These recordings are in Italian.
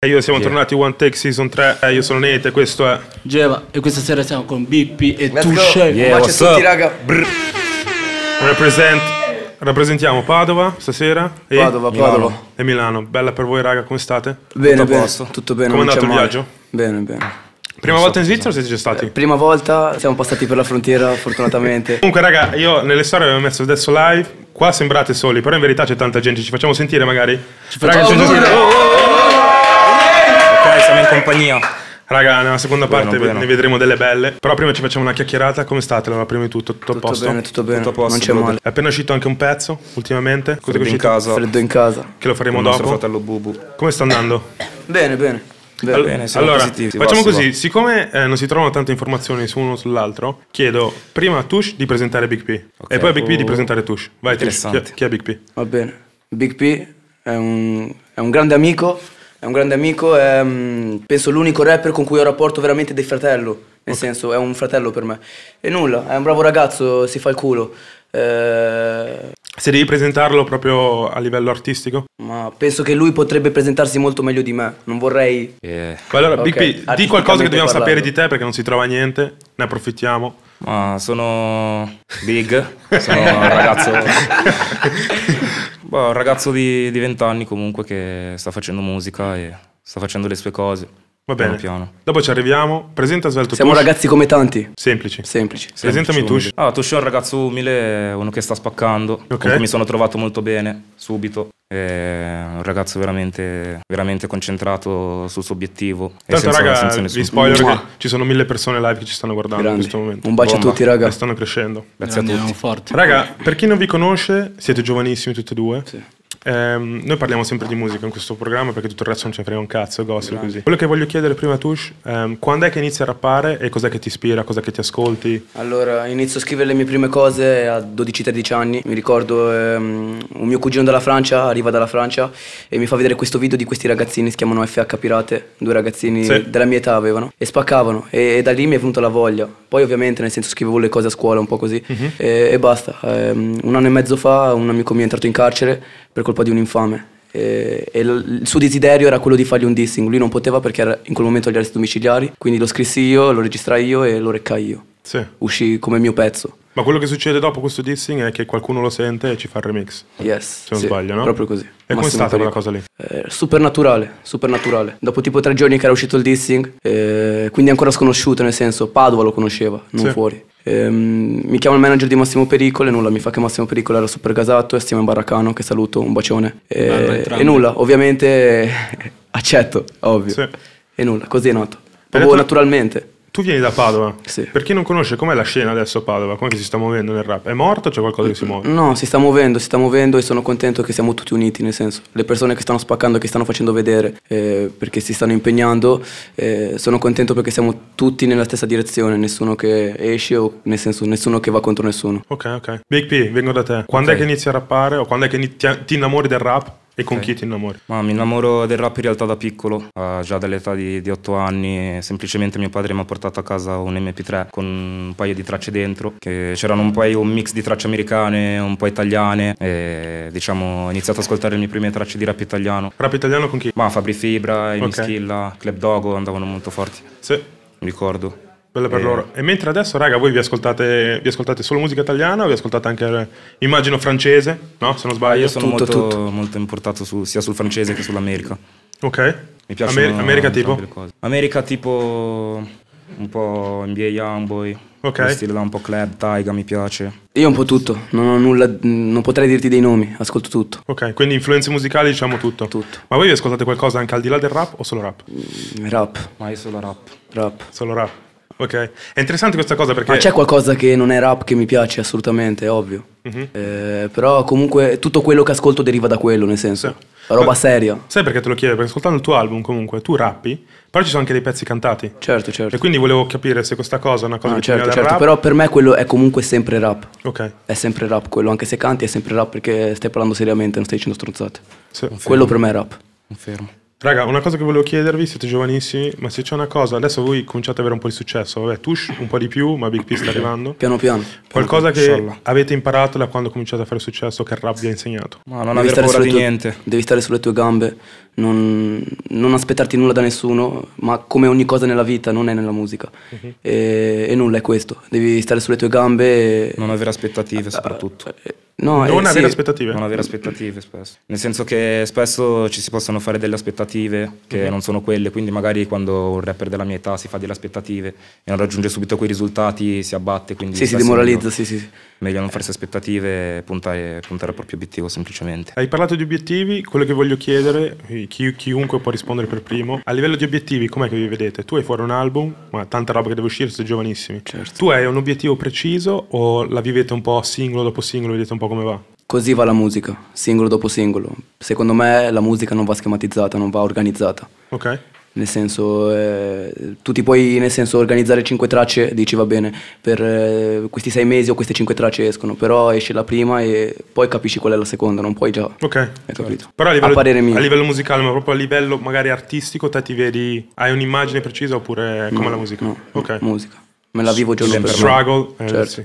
Eh, Io siamo tornati One Take Season 3, eh, io sono Nate e questo è... Geva, e questa sera siamo con Bippi e Let's tu go. scegli. Yeah, Ma c'è what's up? tutti raga Brr. Represent... Rappresentiamo Padova stasera e Padova, Padova. e Milano. Bella per voi raga, come state? Bene, a bene, posto. tutto bene Come è non andato c'è il male. viaggio? Bene, bene Prima volta in Svizzera o siete già stati? Prima volta siamo passati per la frontiera fortunatamente Comunque raga, io nelle storie avevo messo adesso live, qua sembrate soli, però in verità c'è tanta gente, ci facciamo sentire magari? Ci facciamo sentire! Ok, siamo in compagnia. Raga, nella seconda parte ve- buono. ne vedremo delle belle, però prima ci facciamo una chiacchierata, come state? Allora, prima di tutto, tutto, a Tutto posto? bene, tutto bene Tutto a posto, Non c'è brother. male È appena uscito anche un pezzo, ultimamente, cosa che è Freddo in uscito? casa. con Freddo in casa Che lo faremo il dopo. nostro fratello Bubu. Come sta andando? Bene, bene, bene. Al- Bene, siamo allora, positivi, va, facciamo si così, va. siccome eh, non si trovano tante informazioni su uno sull'altro, chiedo prima a Tush di presentare Big P e poi a Big P di Oh. presentare Tush. Vai Tush, chi è, Interessante. chi è Big P? Va bene Big P è un, è un grande amico È un grande amico È mm, penso l'unico rapper con cui ho rapporto veramente dei fratello Nel senso è un fratello per me E nulla, è un bravo ragazzo Si fa il culo Eh, Se devi presentarlo proprio a livello artistico. Ma penso che lui potrebbe presentarsi molto meglio di me Non vorrei Yeah. Ma Allora Ok, Big P, di qualcosa che artisticamente dobbiamo sapere parlando. di te perché non si trova niente, ne approfittiamo. Ma sono big, sono un ragazzo... Boh, un ragazzo di, di 20 anni comunque che sta facendo musica e sta facendo le sue cose. Va bene. Piano piano. Dopo ci arriviamo. Presenta svelto Siamo Tush. ragazzi come tanti Semplici. Semplici Presentami Tush. Semplice, umile. Ah, Tush è un ragazzo umile, uno che sta spaccando. Comunque mi sono trovato molto bene, subito. È un ragazzo veramente, veramente concentrato sul suo obiettivo. e Tanto senza- raga, senza vi nessun- spoiler Mua. che ci sono mille persone live che ci stanno guardando in Grandi. questo momento. Un bacio Bomba. a tutti, raga. E stanno crescendo. Grazie a Grandi, tutti. erano forti. Raga, per chi non vi conosce, siete giovanissimi tutti e due. Ehm, noi parliamo sempre di musica in questo programma perché tutto il resto non ce ne frega un cazzo, gossip così. Quello che voglio chiedere prima a Tush, ehm, quando è che inizi a rappare e cos'è che ti ispira, cos'è che ti ascolti? Allora, inizio a scrivere le mie prime cose a 12-13 anni. Mi ricordo ehm, un mio cugino dalla Francia, arriva dalla Francia e mi fa vedere questo video di questi ragazzini, si chiamano FH Pirate, due ragazzini Sì. della mia età avevano, e spaccavano e, e da lì mi è venuta la voglia. Poi ovviamente, nel senso, scrivevo le cose a scuola un po' così e, e basta. Ehm, un anno e mezzo fa un amico mio è entrato in carcere per colpa di un infame. E, e l- il suo desiderio era quello di fargli un dissing, lui non poteva perché era in quel momento agli arresti domiciliari, quindi lo scrissi io, lo registrai io e lo reccai io Sì. uscì come mio pezzo. Ma quello che succede dopo questo dissing è che qualcuno lo sente e ci fa il remix. Yes. Se non sì, sbaglio, no? Proprio così. E come è Massimo stata quella pericolo. cosa lì? Eh, super naturale, super naturale. Dopo tipo tre giorni che era uscito il dissing, eh, quindi ancora sconosciuto, nel senso Padova lo conosceva, non Sì. fuori. Ehm, mi chiama il manager di Massimo Pericolo e nulla, mi fa che Massimo Pericolo era super gasato e stiamo in Barracano, che saluto, un bacione. E, Bello, entrambi. e nulla, ovviamente eh, accetto, ovvio. Sì. E nulla, così è nato. detto- Proprio naturalmente. Tu vieni da Padova. Sì. Per chi non conosce, com'è la scena adesso a Padova? Come si sta muovendo nel rap? È morto o c'è qualcosa che si muove? No, si sta muovendo, si sta muovendo e sono contento che siamo tutti uniti, nel senso, le persone che stanno spaccando, che stanno facendo vedere, eh, perché si stanno impegnando, eh, sono contento perché siamo tutti nella stessa direzione, nessuno che esce o nel senso, nessuno che va contro nessuno. Ok, ok. Big P, vengo da te. Quando è Ok. che inizi a rappare o quando è che ni- ti, ti innamori del rap? E con Ok. chi ti innamori? Ma mi innamoro del rap in realtà da piccolo, ah, già dall'età di, 8 anni. Semplicemente mio padre mi ha portato a casa un MP3 con un paio di tracce dentro. Che c'erano un paio, un mix di tracce americane, un po' italiane. E diciamo, ho iniziato ad ascoltare le mie prime tracce di rap italiano. Rap italiano con chi? Ma Fabri Fibra, Ok. Emi Schilla, Club Dogo andavano molto forti, Sì, mi ricordo. bella per Eh. loro. E mentre adesso, raga, voi vi ascoltate, vi ascoltate solo musica italiana o vi ascoltate anche, eh, immagino, francese? No, se non Ah, sbaglio. io sono Tutto, molto, tutto. molto importato su- sia sul francese che sull'America. Ok. Mi piacciono Amer- America entrambe tipo? le cose. America tipo un po' NBA Youngboy. Ok. Lo stile là un po' club, Taiga mi piace. Io un po' tutto, non ho nulla, non potrei dirti dei nomi, ascolto tutto. Ok, quindi influenze musicali diciamo tutto. Tutto. Ma voi vi ascoltate qualcosa anche al di là del rap o solo rap? Mm, Rap, Ma io solo rap. rap. Solo rap. Ok. È interessante questa cosa perché... Ma c'è qualcosa che non è rap che mi piace assolutamente, è ovvio. Eh, però comunque tutto quello che ascolto deriva da quello, nel senso. Sì. Roba Ma- seria. Sai perché te lo chiedo? Perché ascoltando il tuo album comunque tu rappi, però ci sono anche dei pezzi cantati. Certo, certo. E quindi volevo capire se questa cosa è una cosa No, che ti certo, viene certo, dal però per me quello è comunque sempre rap. rap. Ok. È sempre rap quello, anche se canti è sempre rap perché stai parlando seriamente, non stai dicendo stronzate. Sì. Quello per me è rap. Confermo. Raga, una cosa che volevo chiedervi, siete giovanissimi, ma se c'è una cosa, adesso voi cominciate ad avere un po' di successo, vabbè, Tush un po' di più, ma Big P sta arrivando. Piano piano. Qualcosa che Inshallah. avete imparato da quando cominciate a fare successo, che il rap vi ha insegnato. Ma non avere stare paura sulle di tue- niente. Devi stare sulle tue gambe, non, non aspettarti nulla da nessuno, ma come ogni cosa nella vita, non è nella musica. Mhm. E, e nulla è questo. Devi stare sulle tue gambe. e- Non avere aspettative soprattutto. eh, No, eh, non sì, avere aspettative. Non avere aspettative spesso. Nel senso che spesso ci si possono fare delle aspettative che Mhm. non sono quelle, quindi magari quando un rapper della mia età si fa delle aspettative e non raggiunge subito quei risultati si abbatte. Quindi Sì, si spesso demoralizza, meglio- sì, sì. sì. Meglio non farsi aspettative e puntare, puntare al proprio obiettivo semplicemente. Hai parlato di obiettivi, quello che voglio chiedere, eh, chi- chiunque può rispondere per primo, a livello di obiettivi com'è che vi vedete? Tu hai fuori un album, ma tanta roba che deve uscire, siete giovanissimi. Certo. Tu hai un obiettivo preciso o la vivete un po' singolo dopo singolo, vedete un po' come va? Così va la musica, singolo dopo singolo. Secondo me la musica non va schematizzata, non va organizzata. Ok? Nel senso, eh, tu ti puoi nel senso, organizzare cinque tracce, dici va bene, per eh, questi sei mesi o queste cinque tracce escono, però esce la prima e poi capisci qual è la seconda, non puoi già. Ok. Certo. Hai capito? Però a livello, a parere mio, a livello musicale, ma proprio a livello magari artistico, te ti vedi, hai un'immagine precisa oppure come la musica? Mm, no, ok. musica. Me la vivo giorno per giorno. Struggle, eh, Certo. sì.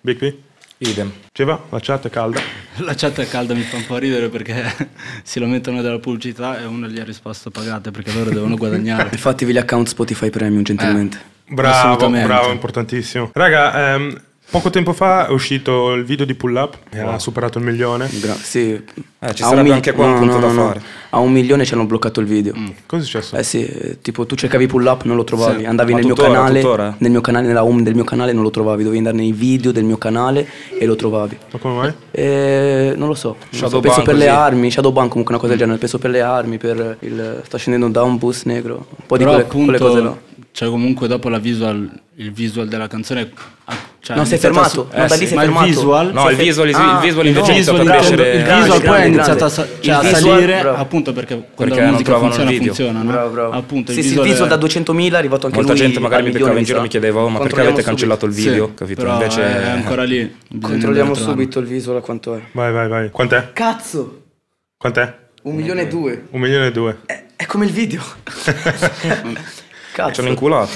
Big P? Idem. Ci va? La chat è calda. La chat è calda mi fa un po' ridere perché si lamentano della pubblicità e uno gli ha risposto pagate perché loro devono guadagnare. Fatevi gli account Spotify Premium, gentilmente. Eh. Bravo, Assolutamente. bravo, importantissimo. Raga, ehm, poco tempo fa è uscito il video di pull up, e ha superato il milione. Gra- sì. Eh, ci A un sarebbe anche qua un punto da fare. Mm. A un milione ci hanno bloccato il video. Cosa è successo? Eh sì, eh, tipo tu cercavi pull up, non lo trovavi, Sì, andavi ma nel mio, tuttora, canale, tuttora. nel mio canale, nella home del mio canale non lo trovavi, dovevi andare nei video del mio canale e lo trovavi. Ma come mai? Eh, non lo so, non lo so. Shadowban penso per così. le armi, Shadowban comunque una cosa del genere, penso per le armi, per il... sta scendendo da un bus negro, un po' di Però quelle, appunto, quelle cose là. cioè comunque dopo la visual, il visual della canzone... ah, cioè, No, è iniziata sei fermato, su- no, eh da lì sì, sei ma fermato. il visual... No, il visual, il Ah, visual il invece è iniziato visual, a crescere. il visual poi è grande, iniziato a, sa- grande. cioè, a Il visual, salire bravo. appunto perché quando Perché la non musica trovano il funziona video. funziona no? Bravo, bravo. appunto sì, sì, il visual da 200.000 è arrivato anche Molta lui gente magari al mi milione, beccava in giro e mi sa. chiedeva "Oh, ma perché avete Controlliamo cancellato il video, Sì, capito? però Invece è ancora lì bisogna subito. Controlliamo andare a trovarlo. subito il visual a quanto è. Vai, vai, vai. Quant'è? Cazzo, Quant'è? un milione e due. Un milione e due. È, Eh, è come il video. ci Cazzo. hanno inculato.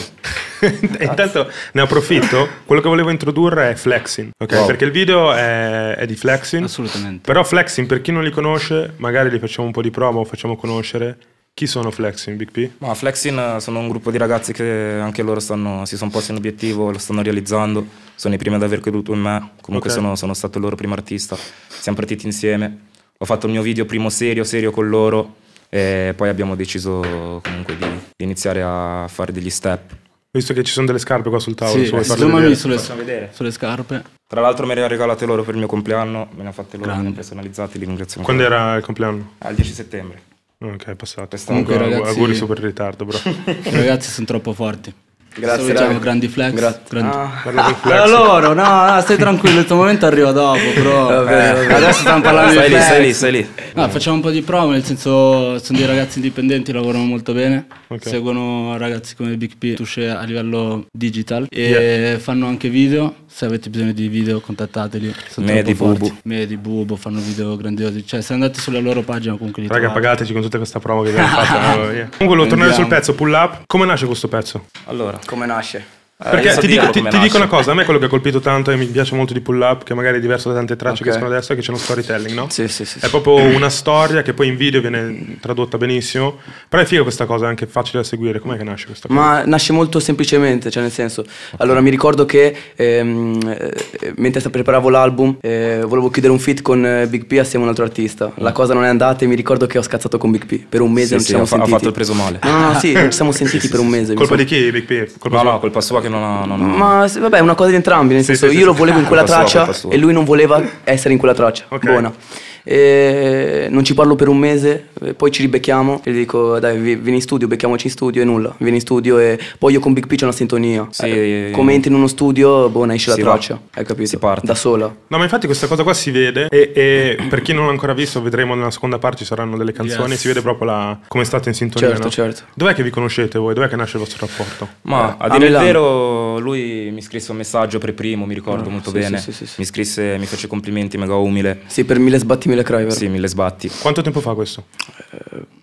E Intanto ne approfitto. Quello che volevo introdurre è Flexing. ok? Wow. Perché il video è, è di Flexing. assolutamente Però Flexing, per chi non li conosce, magari li facciamo un po' di promo, facciamo conoscere. Chi sono Flexing, Big P? Ma Flexin eh, sono un gruppo di ragazzi che anche loro stanno- si sono posti un obiettivo, lo stanno realizzando. Sono i primi ad aver creduto in me. Comunque Ok. sono, sono stato il loro primo artista. Siamo partiti insieme. Ho fatto il mio video primo serio, serio con loro. E poi abbiamo deciso comunque di, di iniziare a fare degli step. Visto che ci sono delle scarpe qua sul tavolo, sì, se vuoi farle zoomami vedere. sulle, Facciamo vedere. sulle scarpe Tra l'altro me le ha regalate loro per il mio compleanno, me le hanno fatte loro, me le Grande. hanno personalizzate, li ringrazio. Quando era il compleanno? Ah, Al 10 settembre. Ok, è passato. Quest'anno. Comunque, Comunque, ragazzi- Auguri super in ritardo, bro. i ragazzi sono troppo forti Grazie, Salutiamo raga. grandi flex. Grazie. grandi- Parla con Flex. Ah, loro, no, no, stai tranquillo, il tuo momento arriva dopo, però. Eh, Eh, Vabbè, vabbè. Adesso stiamo parlando Stai di lì, flex. stai lì, stai lì. No, facciamo un po' di prove, nel senso sono dei ragazzi indipendenti, lavorano molto bene, Ok. seguono ragazzi come Big P, Touché a livello digital e fanno anche video, se avete bisogno di video contattateli. sono Medi, troppo forti. Bubu. Medi, Bubu, fanno video grandiosi, cioè se andate sulla loro pagina comunque li Raga, trovate. pagateci con tutta questa promo che abbiamo fatto. eh, Comunque, volevo tornare Andiamo. sul pezzo pull up. Come nasce questo pezzo? Allora, Come nasce? eh, io Perché so ti, dico, dirlo ti- come ti nasce. dico una cosa, a me quello che ha colpito tanto e mi piace molto di pull up, che magari è diverso da tante tracce che Ok. escono adesso, è che c'è uno storytelling, no? Sì, sì, sì. È proprio una storia che poi in video viene tradotta benissimo. Però è figa questa cosa, è anche facile da seguire. Com'è che nasce questa cosa? Ma nasce molto semplicemente, cioè nel senso. Allora mi ricordo che ehm, eh, mentre sta- preparavo l'album eh, volevo chiudere un feat con eh, Big P assieme a un altro artista. La cosa non è andata e mi ricordo che ho scazzato con Big P per un mese Sì, non sì, ci siamo ho fa- ho sentiti. fatto il preso male. No, no, no, sì, non ci siamo sentiti per un mese. mi Colpa sa. di chi, Big P? Colpa No, sua? no, colpa sua che non ha... non ha- Ma sì, vabbè, è una cosa di entrambi, nel Sì, senso sì, io sì, lo sì. volevo in quella Colpa sua, traccia colpa sua. e lui non voleva essere in quella traccia. Ok. Buona. E non ci parlo per un mese, eh, poi ci ribecchiamo e gli dico dai vi- vieni in studio, becchiamoci in studio e nulla, vieni in studio e poi io con Big P c'ho una sintonia. Sì, eh, come entri in uno studio, buona esce la si va. traccia, hai capito? Si parte. Da sola. No, ma infatti questa cosa qua si vede e, e per chi non l'ha ancora visto vedremo nella seconda parte ci saranno delle canzoni, Yes. si vede proprio la- come state in sintonia. Certo, no? certo. Dov'è che vi conoscete voi? Dov'è che nasce il vostro rapporto? Ma a a dire il Milano. vero, lui mi scrisse un messaggio per primo, mi ricordo molto sì, bene. sì, sì, sì, sì. Mi scrisse, mi fece complimenti, mega umile. Sì, per mille sbatti mille cry, vero? Sì, mille sbatti. Quanto tempo fa questo?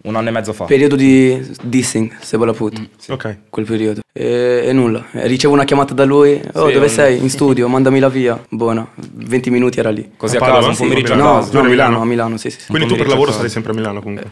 Un anno e mezzo fa. Periodo di dissing, se vuole la putt. Ok. Quel periodo e, e nulla, Eh, ricevo una chiamata da lui: Oh, Sì, dove un- sei? In studio, mandami la via. Buona, 20 minuti era lì. Così A a Padova? casa, un Sì, pomeriggio a Milano. No, casa. tu no, eri a a Milano? Milano, a Eh, Milano, sì, sì. Quindi tu per pomeriggio lavoro fa- sarai sempre a Milano comunque.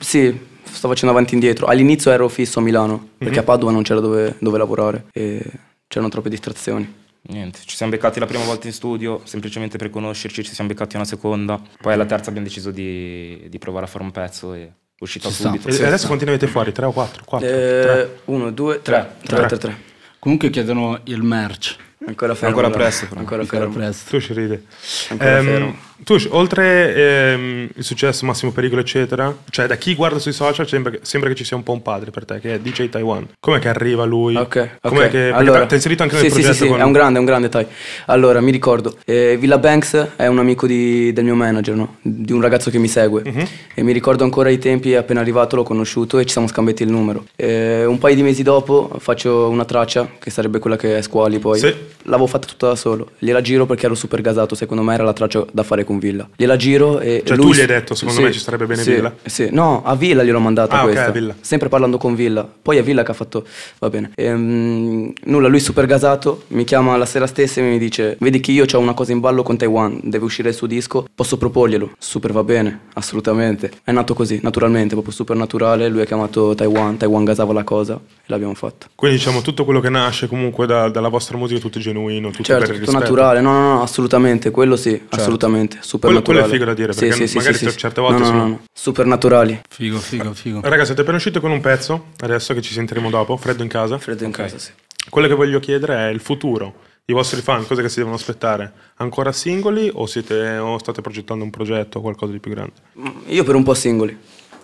Sì, sto facendo avanti e indietro. All'inizio ero fisso a Mhm. Milano, perché a Padova non c'era dove, dove lavorare e c'erano troppe distrazioni. Niente, ci siamo beccati la prima volta in studio, semplicemente per conoscerci, ci siamo beccati una seconda. Poi alla terza abbiamo deciso di, di provare a fare un pezzo e è uscita Ci sta. subito. E e adesso quanti ne avete fuori? 3 o 4? 4? Eh, uno, due, tre. Tre. Tre, Tre. tre, tre. Comunque chiedono il merch. Ancora fermo. Ancora allora. presto, però. Ancora ancora fermo. presto. Tu ci ridi. Ancora Ehm, fermo. tu, oltre ehm, il successo, Massimo Pericolo, eccetera, cioè da chi guarda sui social sembra che, sembra che ci sia un po' un padre per te, che è DJ Taiwan. Com'è che arriva lui? Ok, Com'è ok. che perché ti ha inserito anche nel sì, sì, progetto? Sì, sì, con- è un grande, è un grande Tai. Allora, mi ricordo, eh, Villa Banks è un amico di- del mio manager, no? di un ragazzo che mi segue. Mhm. E mi ricordo ancora i tempi, appena arrivato l'ho conosciuto e ci siamo scambiati il numero. Eh, un paio di mesi dopo faccio una traccia, che sarebbe quella che è Squali poi. Sì. L'avevo fatta tutta da solo, gliela giro perché ero super gasato, secondo me era la traccia da fare con Villa. Gliela giro e... Cioè, lui tu gli hai detto, secondo me ci starebbe bene sì, Villa? Eh Sì, no, a Villa gliel'ho mandata Ah, ok, questa. a Villa. Sempre parlando con Villa. Poi a Villa che ha fatto. Va bene. Ehm, nulla, lui super gasato. Mi chiama la sera stessa e mi dice: Vedi che io ho una cosa in ballo con Taiwan. Deve uscire il suo disco. Posso proporglielo? Super va bene, assolutamente. È nato così, naturalmente, proprio super naturale. Lui ha chiamato Taiwan. Taiwan gasava la cosa e l'abbiamo fatta. Quindi diciamo tutto quello che nasce comunque da- dalla vostra musica, tutto genuino, tutto Certo, per il tutto rispetto. Certo. naturale, no, no, no, assolutamente, quello sì, assolutamente, super Quello- quello è naturale. figo da dire, Sì, perché sì, sì, magari sì, sì. certe volte No, no, sono- no, no. super naturali. Figo, figo, figo. Ragazzi, siete appena usciti con un pezzo, adesso che ci sentiremo dopo, freddo in casa. Freddo in casa, sì. Quello che voglio chiedere è il futuro, i vostri fan, cosa che si devono aspettare? Ancora singoli o, siete, o state progettando un progetto o qualcosa di più grande? Mm, Io per un po' singoli.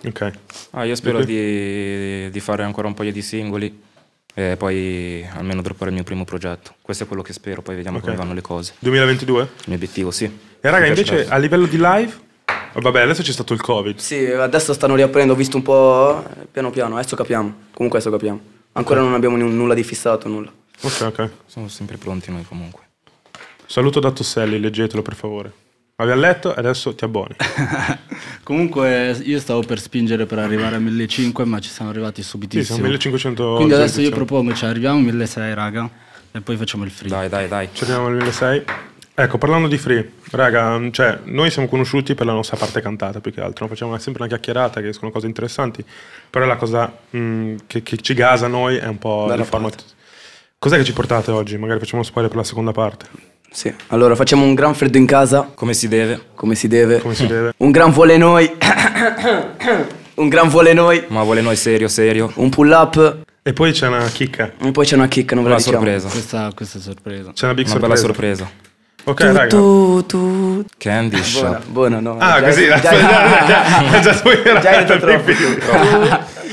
Ok. Ah, io spero di, di fare ancora un paio di singoli e poi almeno droppare il mio primo progetto. Questo è quello che spero, poi vediamo Ok. come vanno le cose. 2022? Il mio obiettivo, sì. E raga, Mi invece piacerebbe. a livello di live, oh, vabbè, adesso c'è stato il Covid. Sì, adesso stanno riaprendo, ho visto un po' eh, piano piano, adesso capiamo, comunque adesso capiamo. Ancora non abbiamo n- nulla di fissato, nulla. Ok, ok. Siamo sempre pronti noi comunque. Saluto da Tosselli, leggetelo per favore. Avevi a letto, adesso ti abboni. Comunque io stavo per spingere per arrivare a 1500 ma ci siamo arrivati Sì, subitissimo. sono 1500 Quindi adesso io visualizzazioni. propongo, cioè arriviamo a 1600 raga e poi facciamo il free. Dai, dai, dai. Ci arriviamo al 1600. Ecco, parlando di free, raga, mh, cioè, noi siamo conosciuti per la nostra parte cantata più che altro, no? facciamo una- sempre una chiacchierata che escono cose interessanti, però la cosa mh, che, che ci gasa a noi è un po' il format. Cos'è che ci portate oggi? Magari facciamo uno spoiler per la seconda parte, Sì, allora facciamo un gran freddo in casa, Come si deve, come si deve. come si deve. Un gran vuole noi, un gran vuole noi, ma vuole noi serio, serio. un pull up E poi c'è una chicca, e poi c'è una chicca, non ve la Una diciamo. sorpresa. Questa, questa è sorpresa. c'è una big Una bella sorpresa. Ok, Tu, raga. tu, tu. Candy Buona, Shop. buona, no. Ah, già- così, già- già, già, già, già, già già hai detto spoilerata, troppo. Pippi.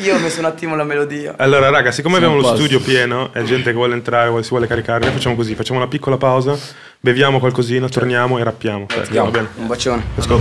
Io ho messo un attimo la melodia. Allora, raga, siccome Siamo abbiamo a lo posto. studio pieno e gente che vuole entrare, vuole- si vuole caricare, noi facciamo così: facciamo una piccola pausa, beviamo qualcosina, torniamo e rappiamo. Andiamo. Va bene. Un bacione. Let's go.